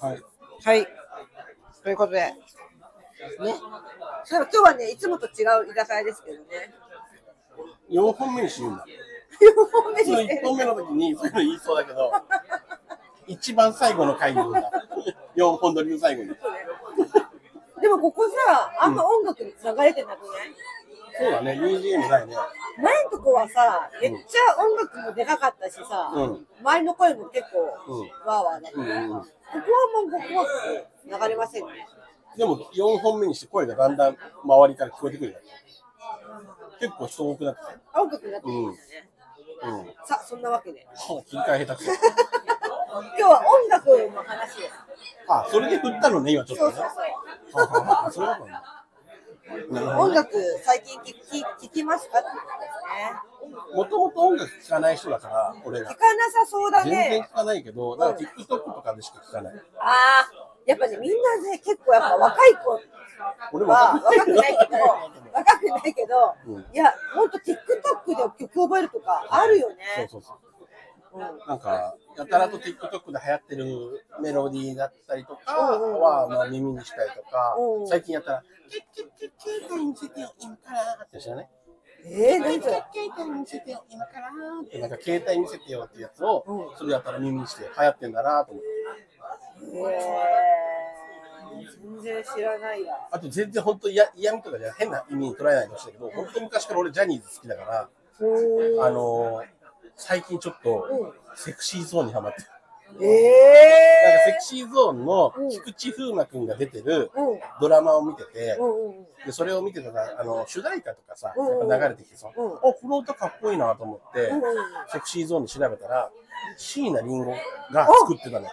はい。ということで、ね。そういえば今日はね、いつもと違う居酒屋ですけどね。 4本目に死ぬんだ。 4本目普に通して1る本。目の時にそういうの言いそうだけ ど、一番最後の回に言うんだ。4本撮りの最後に。 でもここさ、あんま音楽流れてなくない、そうだね、UGM ないね。前のとこはさ、めっちゃ音楽もでかかったしさ、うん周りの声も結構、うんわーわーだった、うんうんうんここはもう、ここは流れませんね。でも4本目にして声がだんだん周りから聞こえてくるよね結構人多くなってたよ。青くなってきましたね。うん。さあ、そんなわけで。 切り替え下手くそ。今日は音楽の話です。あ、それで振ったのね、今ちょそっとうねそう。ははははそうだったんだなるそう。ほど音ね楽、最近聞き聞きますかってこともともと音楽聴かない人だから、俺ですね。ら聞。かなさそうだ全然ね聴。かないけど、なんか TikTok とかでしか聴かない。ああ、やっぱね、みんなね、結構やっぱ若い子俺もは若くないけど、 若くないけど、うんいや、ほんと TikTok で曲覚えるとかあるよね。そうそうそう。うんなんか、やたらと TikTok で流行ってるメロディーだったりとかうんうんうんは、まあ、耳にしたりとかうん、最近やったら、ケッケッケッケータ見せてよ、今からって知らないえー、ケ何ッそケれッケータ見せてよ、今からって、なんか携帯見せてよってやつをう、それやったら耳にして流行ってんだなと思って。えー、全然知らないや。あと全然本当嫌嫌味とかじゃ変な意味に捉えないでほしいんだけど、本当昔から俺ジャニーズ好きだから、あのー最近ちょっとセクシーゾーンにハマってる。えなんかセえクシーゾーンのうん菊池風磨くんが出てるー、うんドラマを見てて、うんうんうんでそれを見てたら、あの主題歌とかさ、うんうんやっぱ流れてきてさ、うんあ、この歌かっこいいなと思って、うんうんうんセクシーゾーンで調べたら、椎名林檎が作ってたのよ。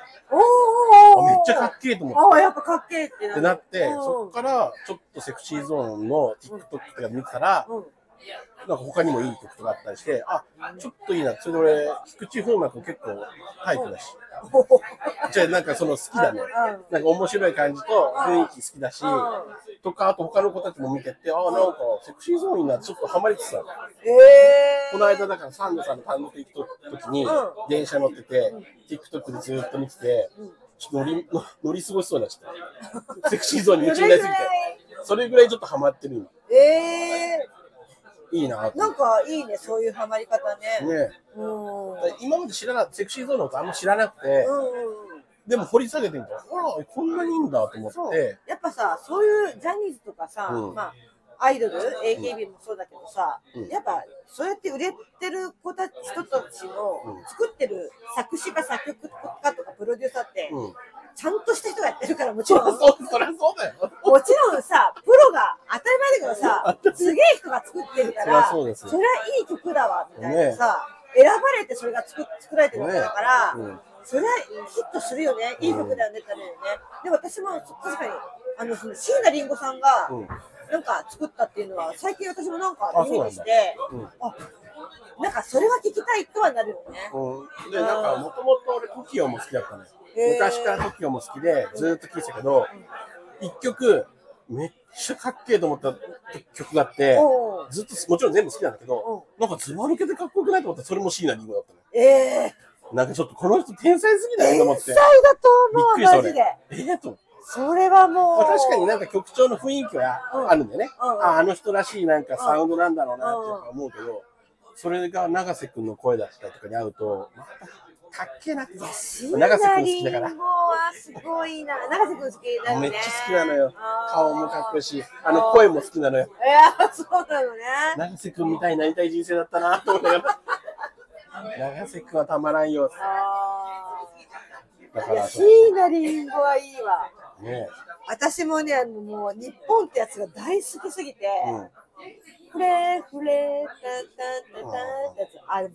おあーめっちゃかっけえと思って。ああ、やっぱかっけえってってなって、うんそっからちょっとセクシーゾーンの TikTok とか見てたら、うん、なんか他にもいい曲とかあったりして、あ、ちょっといいな。それで俺、菊池風磨君結構タイプだし。じゃあなんかその好きだねうん。なんか面白い感じと雰囲気好きだしうん、とか、あと他の子たちも見てって、あ、なんかセクシーゾーンになってちょっとハマりつつある。ええー、この間だからサンドさんの単独行く時にうん、電車乗ってて、TikTok でずっと見てて、ちょっと乗り、 乗乗り過ごしそうになっちゃった。セクシーゾーンに夢中になりすぎてそれぐらい。それぐらいちょっとハマってる今。えいいなー、なんかいいね、そういうハマり方ね。ねえうん。うんだから今まで知らなセクシーゾーンのことあんま知らなくて、うんうん。でも掘り下げてみたら、ほら、こんなにいいんだと思そっう。て、やっぱさ、そういうジャニーズとかさ、うんまあ、アイドル、AKB もそうだけどさ、うんやっぱそうやって売れてる子たち人たちのうん作ってる作詞家、作曲家とかプロデューサーって、うん。 ちゃんとした人がやってるから、もちそろん。うそう、そりゃそうだよ。もちろんさ、プロが当たり前だ けどさ、すげえ人が作ってるかそりゃら、そうですよりゃいい曲だわ、みたいなさ、選ばれてそれが作作られてるわけだから、ねうんそれはヒットするよね、いい曲だよねってなるよね。で、私もそ確かに、あの、その椎名林檎さんが、うんなんか作ったっていうのは、最近私もなんかあ耳にして、そうなんあ、なんかそれは聞きたいとはなるよね。うん、で、なんか、もともと俺、TOKIO も好きだったのよ。へー昔から TOKIO も好きで、ずーっと聴いてたけど、一曲、めっちゃかっけえと思った曲があっておう、ずっと、もちろん全部好きなんだけど、なんかずば抜けてかっこよくないと思ったら、それも椎名林檎だったのよ。ええなんかちょっとこの人天才すぎだよと思天って。才びっだとくりし思う、マたジ俺。で。ええと思って。それはもう。まあ、確かになんか曲調の雰囲気はあるんだよね、うんうんああの人らしいなんかサウンドなんだろうなってやっぱ思うけど、それが永瀬君の声だったりとかに合うとまたかっけえなって永瀬シ君ナ好リきンだゴからはすごいな。長瀬くん好きだよめね。っちゃ好きなのよ顔もかっこいいしい。しあの声も好きなのよいや、そうなのね。永瀬君みたいになりたい人生だったなと思いな がら永瀬君はたまらんよあだかーいや、らシそうナリンゴはいいわ。ね私もね、あのもう日本ってやつが大好きすぎて、うんフレフレタンタンタンタンってやつ、あれ、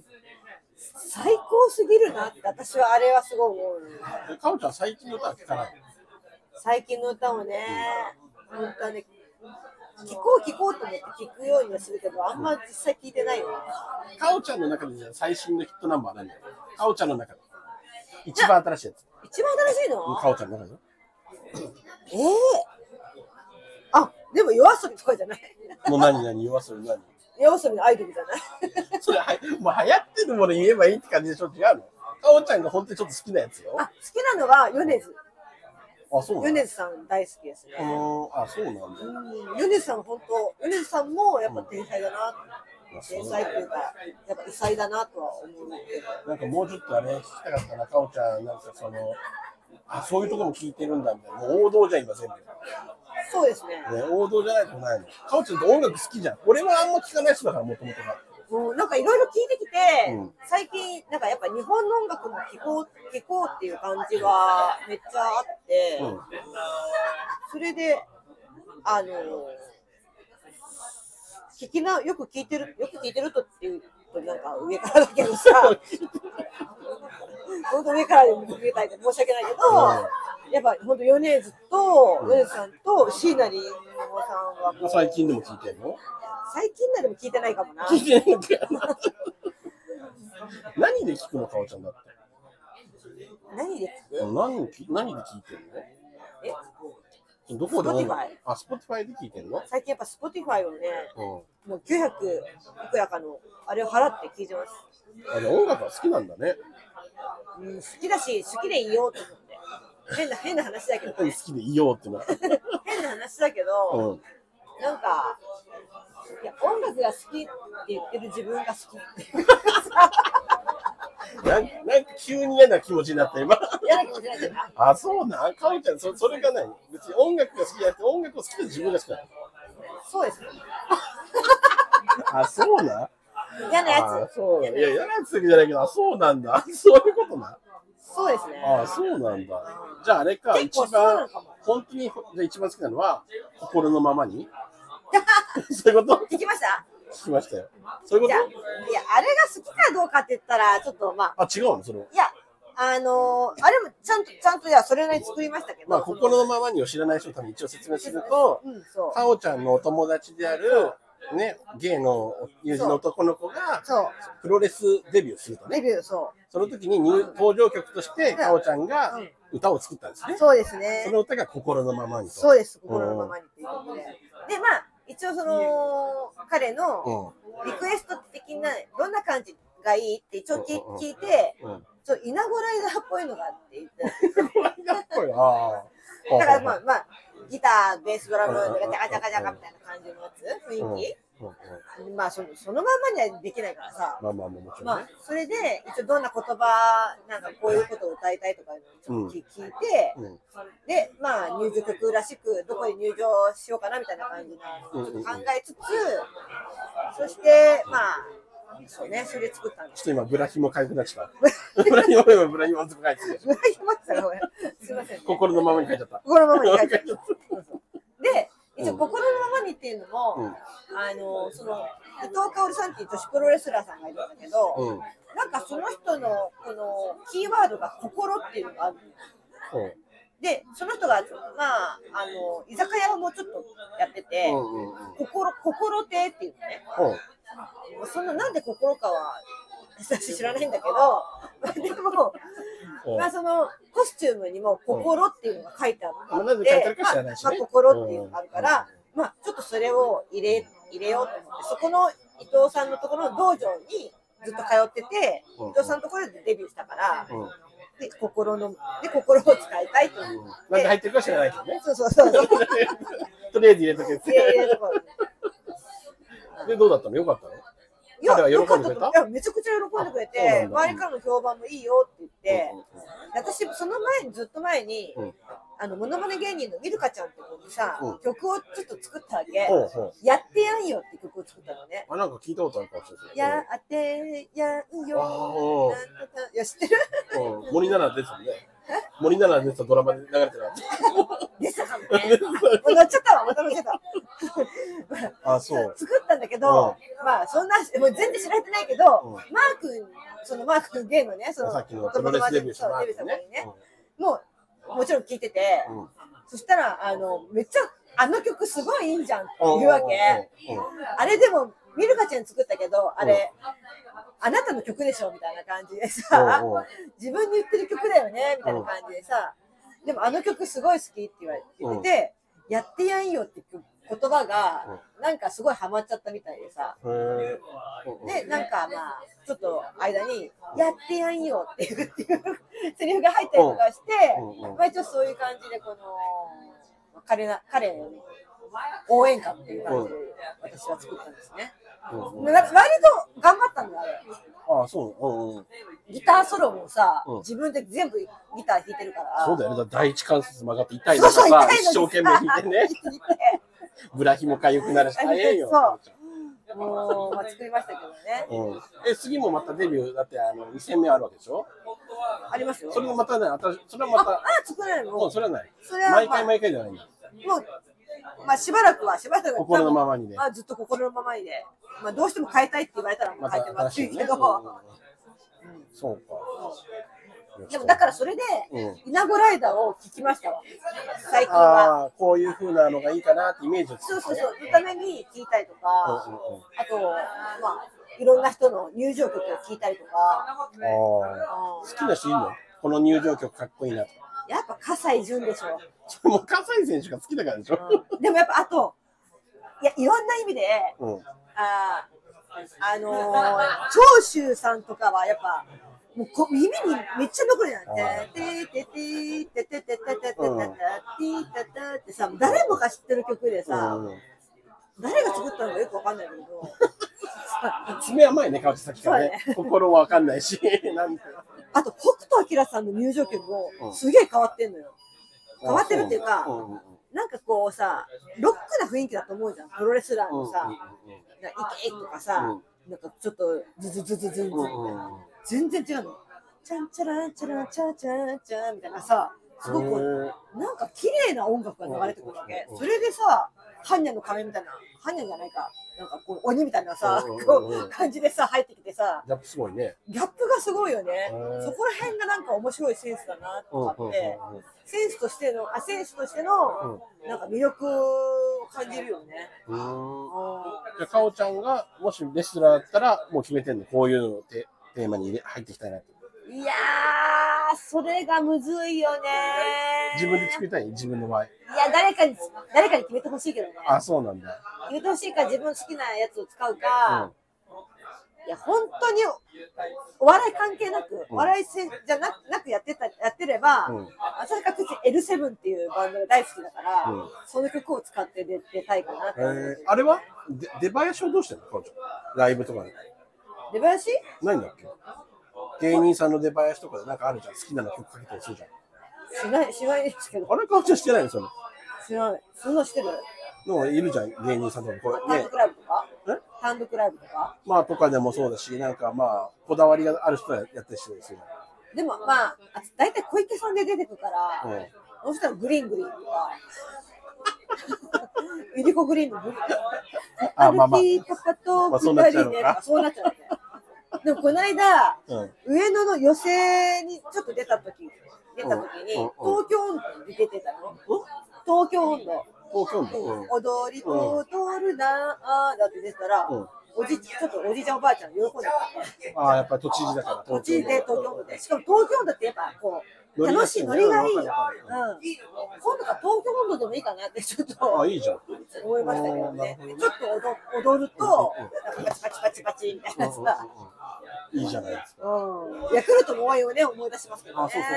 最高すぎるなって、私はあれはすごい思う。でかおちゃん最近の歌は聞かない最近の歌もね、本当はね、聞こう聞こうと思って聞くようにはするけど、あんま実際聞いてないよね。かおちゃんの中でじゃあ最新のヒットナンバーは何だよかおちゃんの中で一番新しいやつ一番新しいのかおちゃんの中でええあ、でも夜遊びとかじゃない。もう何何夜遊び何夜遊びのアイドルじゃない。それはもう流行ってるもの言えばいいって感じでしょ違うのかおちゃんが本当にちょっと好きなやつよあ、好きなのは米津。あ、そうなんだ米津さん大好きですね。うんあ、そうなんだ。うん米津さん本当、米津さんもやっぱ天才だな、まあそう天才っていうか、やっぱ異才だなとは思うけど。なんかもうちょっとあれ聞きたかったな、かおちゃん、なんかその、あ、そういうところも聞いてるんだみたいな。もう王道じゃん、今全部。そうですね。ね、王道じゃないとないの。かおちゃんって音楽好きじゃん。俺はあんま聞かない人だから、もともとが。もうなんかいろいろ聞いてきて、うん最近なんかやっぱ日本の音楽も聴こう、聴こうっていう感じがめっちゃあって、うん。それで、あの、聞きな、よく聞いてる、よく聞いてるとっていうとなんか上からだけどさ、 本当上からで見てたいって申し訳ないけど、やっぱ本当米津と、うん米津さんと椎名林檎さんはもう最近でも聞いてるの最近なでも聞いてないかも な。聞いてないんだよな。 何で聞くの、かおちゃんだって。何で何き何で聞いてるえのどこで音楽 Spotify あ、Spotify で聞いてるの最近やっぱ Spotify をね、うもう900いくらかの、あれを払って聞いてます。ん。あれ、音楽は好きなんだね。うん、好きだし、好きでいようと思って。変な、変な話だけど好ね。きでいようってな。変な話だけ うど、ん。なんか、いや、音楽が好きって言ってる自分が好きっていう。なんなんか急に嫌な気持ちになった今。嫌な気持ちになっちゃった。 あ、そうなん。かおちゃん、そそれがない。別に音楽が好きじゃなくて、音楽を好きで自分が好きだ。そうです。あ、そうなん。嫌なあや、つ。そうなん。いや、嫌なやつだけじゃないけど、あ、そうなんだ。 そういうことな。そうですね。あ、そうなんだ。じゃあ、あれか、結構一そうな番のかも。本当に、じゃあ一番好きなのは、心のままに。 そういうこと 聞きました聞きましたよ。そういうじゃあ、こいや、あれが好きかどうかって言ったら、ちょっとまあ、とあ、違うのその。いや、あのーあれもちゃんと、ちゃんと、いや、それなりに作りましたけど。まあ、心のままにを知らない人のために一応説明すると、うん、そう。かおちゃんのお友達である、ね、ゲイの友人の男の子が、そう。プロレスデビューするとね。レビュー、そその時に入登場曲として、かおちゃんが歌を作ったんですう。ね。そうですそね。の歌が心のままにと。そうです、心のままにっていうことで。で、まあ、一応その、彼のリクエスト的な、どんな感じがいいって一応聞うんうんうん聞いて、うん。 うん。ちょっと稲子ライダーっぽいのがあって言って、これだっこいい。ああ。だからまあ、まあ、ギター、ベース、ドラム、うんうんうんうんジャカジャカジャカみたいな感じのやつ、うん、雰囲気、うんうんまあその、そのまんまにはできないからさ、まあまあまあ、もちろまんねあ。、それで、一応どんな言葉、なんかこういうことを歌いたいとかいうのをちょっと聞聞いて、うんで、まあ、入場曲らしく、どこに入場しようかなみたいな感じうんうんうのん考えつつ、そして、まあ、そうね、それ作ったんでちすょっ。と今、ブラヒモ回復出した。 ブラヒモ、今、ブラヒモとか書いてる。村井さんがごめんすいません、ね。心のままに書いちゃった。心のままに書いてある。そうそうで、一う応、ん心のままにっていうのも、うんあの、その、伊藤薫さんっていう女子プロレスラーさんがいるんだけど、うん。うん。なんかその人の、この、キーワードが心っていうのがあるので、その人が、まあ、あの、居酒屋をもうちょっとやってて、うんうんうん。心、心亭っていうのね。うん。もうそんななんで心かは私知らないんだけど、まあでも、うんまあそのコスチュームにも心っていうのが書いてあまあっなて、ぜ書いてあるか知らないしねまあ心っていうのがあるから、まあちょっとそれを入れ入れようと思って、そこの伊藤さんのところの道場にずっと通ってて、うん伊藤さんのところでデビューしたから、うん。で心ので心を使いたいと思って。なんで入ってるか知らないけどね。 そうそうそうそう。とりあえず入れとけっいやいて。やだからで、どうだったのよかったのいや、彼は喜よかっんでたくと思れたういや、めちゃくちゃ喜んでくれあそうてな、んだ周りからの評判もいいよって言ってうんうん、私、その前に、ずっと前にうん、あの、モノマネ芸人のミルカちゃんって子にさうん、曲をちょっと作ったわけ。ほうほう。やってやんよって曲を作ったのね。あ、なんか聞いたことあるかもしれない。やってやんああ、よ。うなんとかいや、知ってる んうん。森七菜出てたもんね。森七菜出てたドラマで流れてなかっでしたかもね。もう乗っちゃったわ、また乗っちゃった。 た。あ、そう。作ったんだけど、まあ、そんな、もう全然知られてないけど、うんマー君、そのマー君ゲームね、その、さっきのプロレスデビューしたそう前デビューした子にねにね。もう、もちろん聞いてて、うんうんそしたら、あの、めっちゃ、あの曲すごいいいんじゃんって言うわけ。うんうんあれでも、ミルカちゃん作ったけど、あれ、あなたの曲でしょみたいな感じでさうんうん、自分に言ってる曲だよねみたいな感じでさ、でもあの曲すごい好きって言われ言ってて、やってやんよって言葉が、なんかすごいハマっちゃったみたいでさ、へえ。で、なんかまあ、ちょっと間に、やってやんよっていう、っていうセリフが入ったりとかして、うんうんまあ一応そういう感じで、この、彼な、彼の応援歌っていう感じで、私は作ったんですね。うんうんな割と頑張ったんだよ、あれ。ああ、そう。うんうん。ギターソロもさ、うん自分で全部ギター弾いてるから。 そうだよね。だから第一関節曲がって痛いのそうかそう、さ、痛いのに一生懸命弾い てね。弾いてブラヒもかゆくなるし、大変よ。もう、まあ、作りましたけどね。うん、え次もまたデビューだってあの2戦目あるわけでしょありますよ。それもまたね私それはあ、まあた、作れるのもうそれはないそれは毎まあ回毎回じゃないんだもう、まあ、しばらくは、しばらくは心のままにねまあ、ずっと心のままにね。まあ、どうしても変えたいって言われたら、もまう変えたてもら新ってしいいいねけうんうんうんど。そうかでも、だから、それでうん、稲子ライダーを聞きましたわ。最近は。ああこういう風なのがいいかなってイメージをつけてそうそうそう、のために聞いたりとか、うんうんうんあと、まあ、いろんな人の入場曲を聞いたりとか、ああ好きな人いるのこの入場曲かっこいいなとかやっぱ葛西潤でしょ。ちょもう葛西選手が好きだからでしょ、でもやっぱあと、いや、いろんな意味で、うん、あーあのー、長州さんとかはやっぱ、もうこ耳にめっちゃ残るじゃん。てーてーてーてーてーてーてーてーてーてーてーてーてーってさ、誰もが知ってる曲でさ、うん、誰が作ったのかよくわかんないんだけど、爪甘いね川内咲がねそうね心はわかんないし なんであと北斗晶さんの入場曲もうんすげえ変わってんのよ。変わってるっていうかんんんなんかこうさ、ロックな雰囲気だと思うじゃん。プロレスラーのさ、うんうんなんかイケイとかさ、なんかちょっとズズズズズンズンみたいな。うんうん全然違うの。チャンチャランチャランチャチャチャみたいなさ、すごへくーなんか綺麗な音楽が流れてくるわけうん。それでさ、ハンニャの仮面みたいな、ハンニャじゃないか、なんかこう鬼みたいなさ、うんこうんう感じでさ、入ってきてさ、ギャップすごいね。ギャップがすごいよねう。んそこら辺がなんか面白いセンスだなとかってうんうんうんうん、センスとしての、あ、センスとしての、なんか魅力を感じるよね。うん。じゃあ、かおちゃんが、もしレストランだったら、もう決めてんの。こういうのをテテーマに入れ入っていきたいなって。いやー、それがむずいよね。自分で作りたい自分の場合。いや、誰かに、誰かに決めてほしいけどね。あ、そうなんだ。決めてほしいか、自分の好きなやつを使うか、いや、本当にお、お笑い関係なく、お笑いせじゃななくやってた、やってれば、うん浅香口 L7 っていうバンドが大好きだから、うんその曲を使って出出たいかなってえ思ってーる。あれはで出囃子をどうしてんのかおちゃん。ライブとかで。出囃子ないんだっけ芸人さんの出囃子とかでなんかあるじゃん。好きなの曲かけたりするじゃん。しない、しないですけど。あれかおちゃんしてないのその。しない。そんなしてるのいるじゃん。芸人さんとかこれ単ね独。ライブとかえ単独ライブとかまあ、とかでもそうだし、なんかまあ、こだわりがある人はやったりしてるんですよ。でもまあ、あ大体小池さんで出てくるから、うんそしたらグリーングリーンとか、 ユニコグリーンのグリーン。あまあまあ歩き方とまあそうなっちゃ下うのりでかそうなっちゃうね。でもこの間、うん上野の予選にちょっと出た時出た時に、うんうん東京温度に出てたの。東京温度。東京都。うん踊りと踊るなあだって出てたら、うんおじちょっとおじいちゃんおばあちゃん喜んでた。ああ、やっぱり都知事だから。土地で東京温度で。しかも東京温度ってやっぱこう、ノリが楽いいしい、ノリがいい。うん、わかるわ今度か東京温度でもいいかなってちょっと。ああ、いいじゃん。思いましたけどね。ちょっと踊踊ると、なんかパチパチパチパチみたいなさ、いいじゃないですか。うん、ヤクルトの応援をね、思い出しますけあどあ、ねそう。そう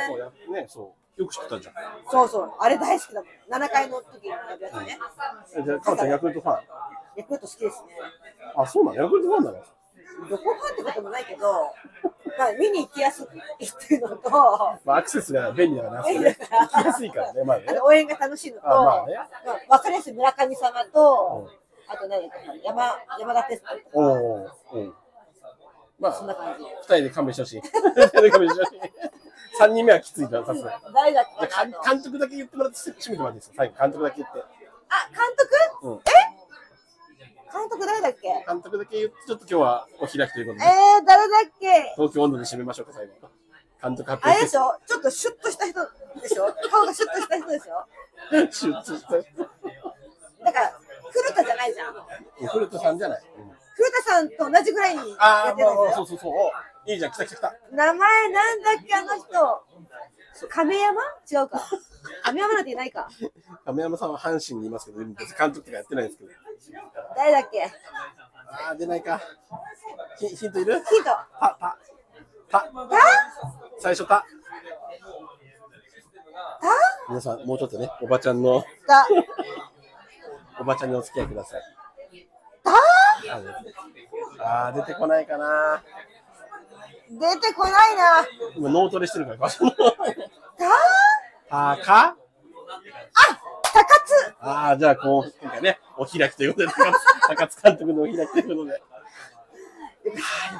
そう。ね、そう。よく知ってたじゃん。そうそう、あれ大好きだもん。7回の時にやるやつね。えじゃあ、かおちゃん、ヤクルトファン。ヤクルト好きですね。あ、そうなのヤクルトファンなのどこファンってこともないけど、まあ、見に行きやすいっていうのと、あまあ、アクセスが便利だからね。便利だから行きやすいからね、まあね。の応援が楽しいのと、あまあねまあわかりやすい村神様と、あと何だっけ山山田哲人とか、おお。うん。まそんなあ、感じ。二人で勘弁してほしい。二人で勘弁してほしい。三人目はきついから、さすがに。誰だっけじゃかあなかん監督だけ言ってもらって、締めてもらっていいですか最後、監督だけ言っあ、て。監督うん。監督誰だっけ監督だけ言って、ちょっと今日はお開きということで。えー、誰だっけ東京温度で締めましょうか、最後。監督発あれ表でしょちょっとシュッとした人でしょ顔がシュッとした人でしょです。出張した。だから、古田じゃないじゃん。古田さんじゃない。古田さんと同じぐらいにやってあたあ、んでまあまあ、すそうよ。そうそう。おいいじゃん、来た来た来た。名前なんだっけあの人。亀山違うか。亀山なんていないか。亀山さんは阪神にいますけど、別に監督とかやってないんですけど。誰だっけああ、出ないか。ヒヒントいるヒント。た、た、た。最初た。皆さん、もうちょっとね、おばちゃんの、だ、おばちゃんにお付き合いください。だああー、出てこないかな。出てこないな。今、脳トレしてるから、場所の。だあーかあ、高津。ああ、じゃあ、こう、なんかね、お開きということで、高津高津監督のお開きということで。よ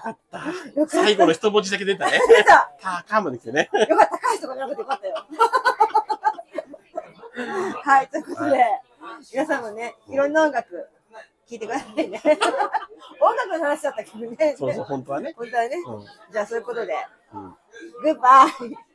かった。最後の一文字だけ出たね。出た。たかまで来てね。よかった。高橋とかじゃなくてよかったよ。はい、ということで、皆さんもね、いろんな音楽聴いてください ね。音楽の話だったけどね。そうそう、本当はね。本当はね。うんじゃあ、そういうことで、うんグッバイ。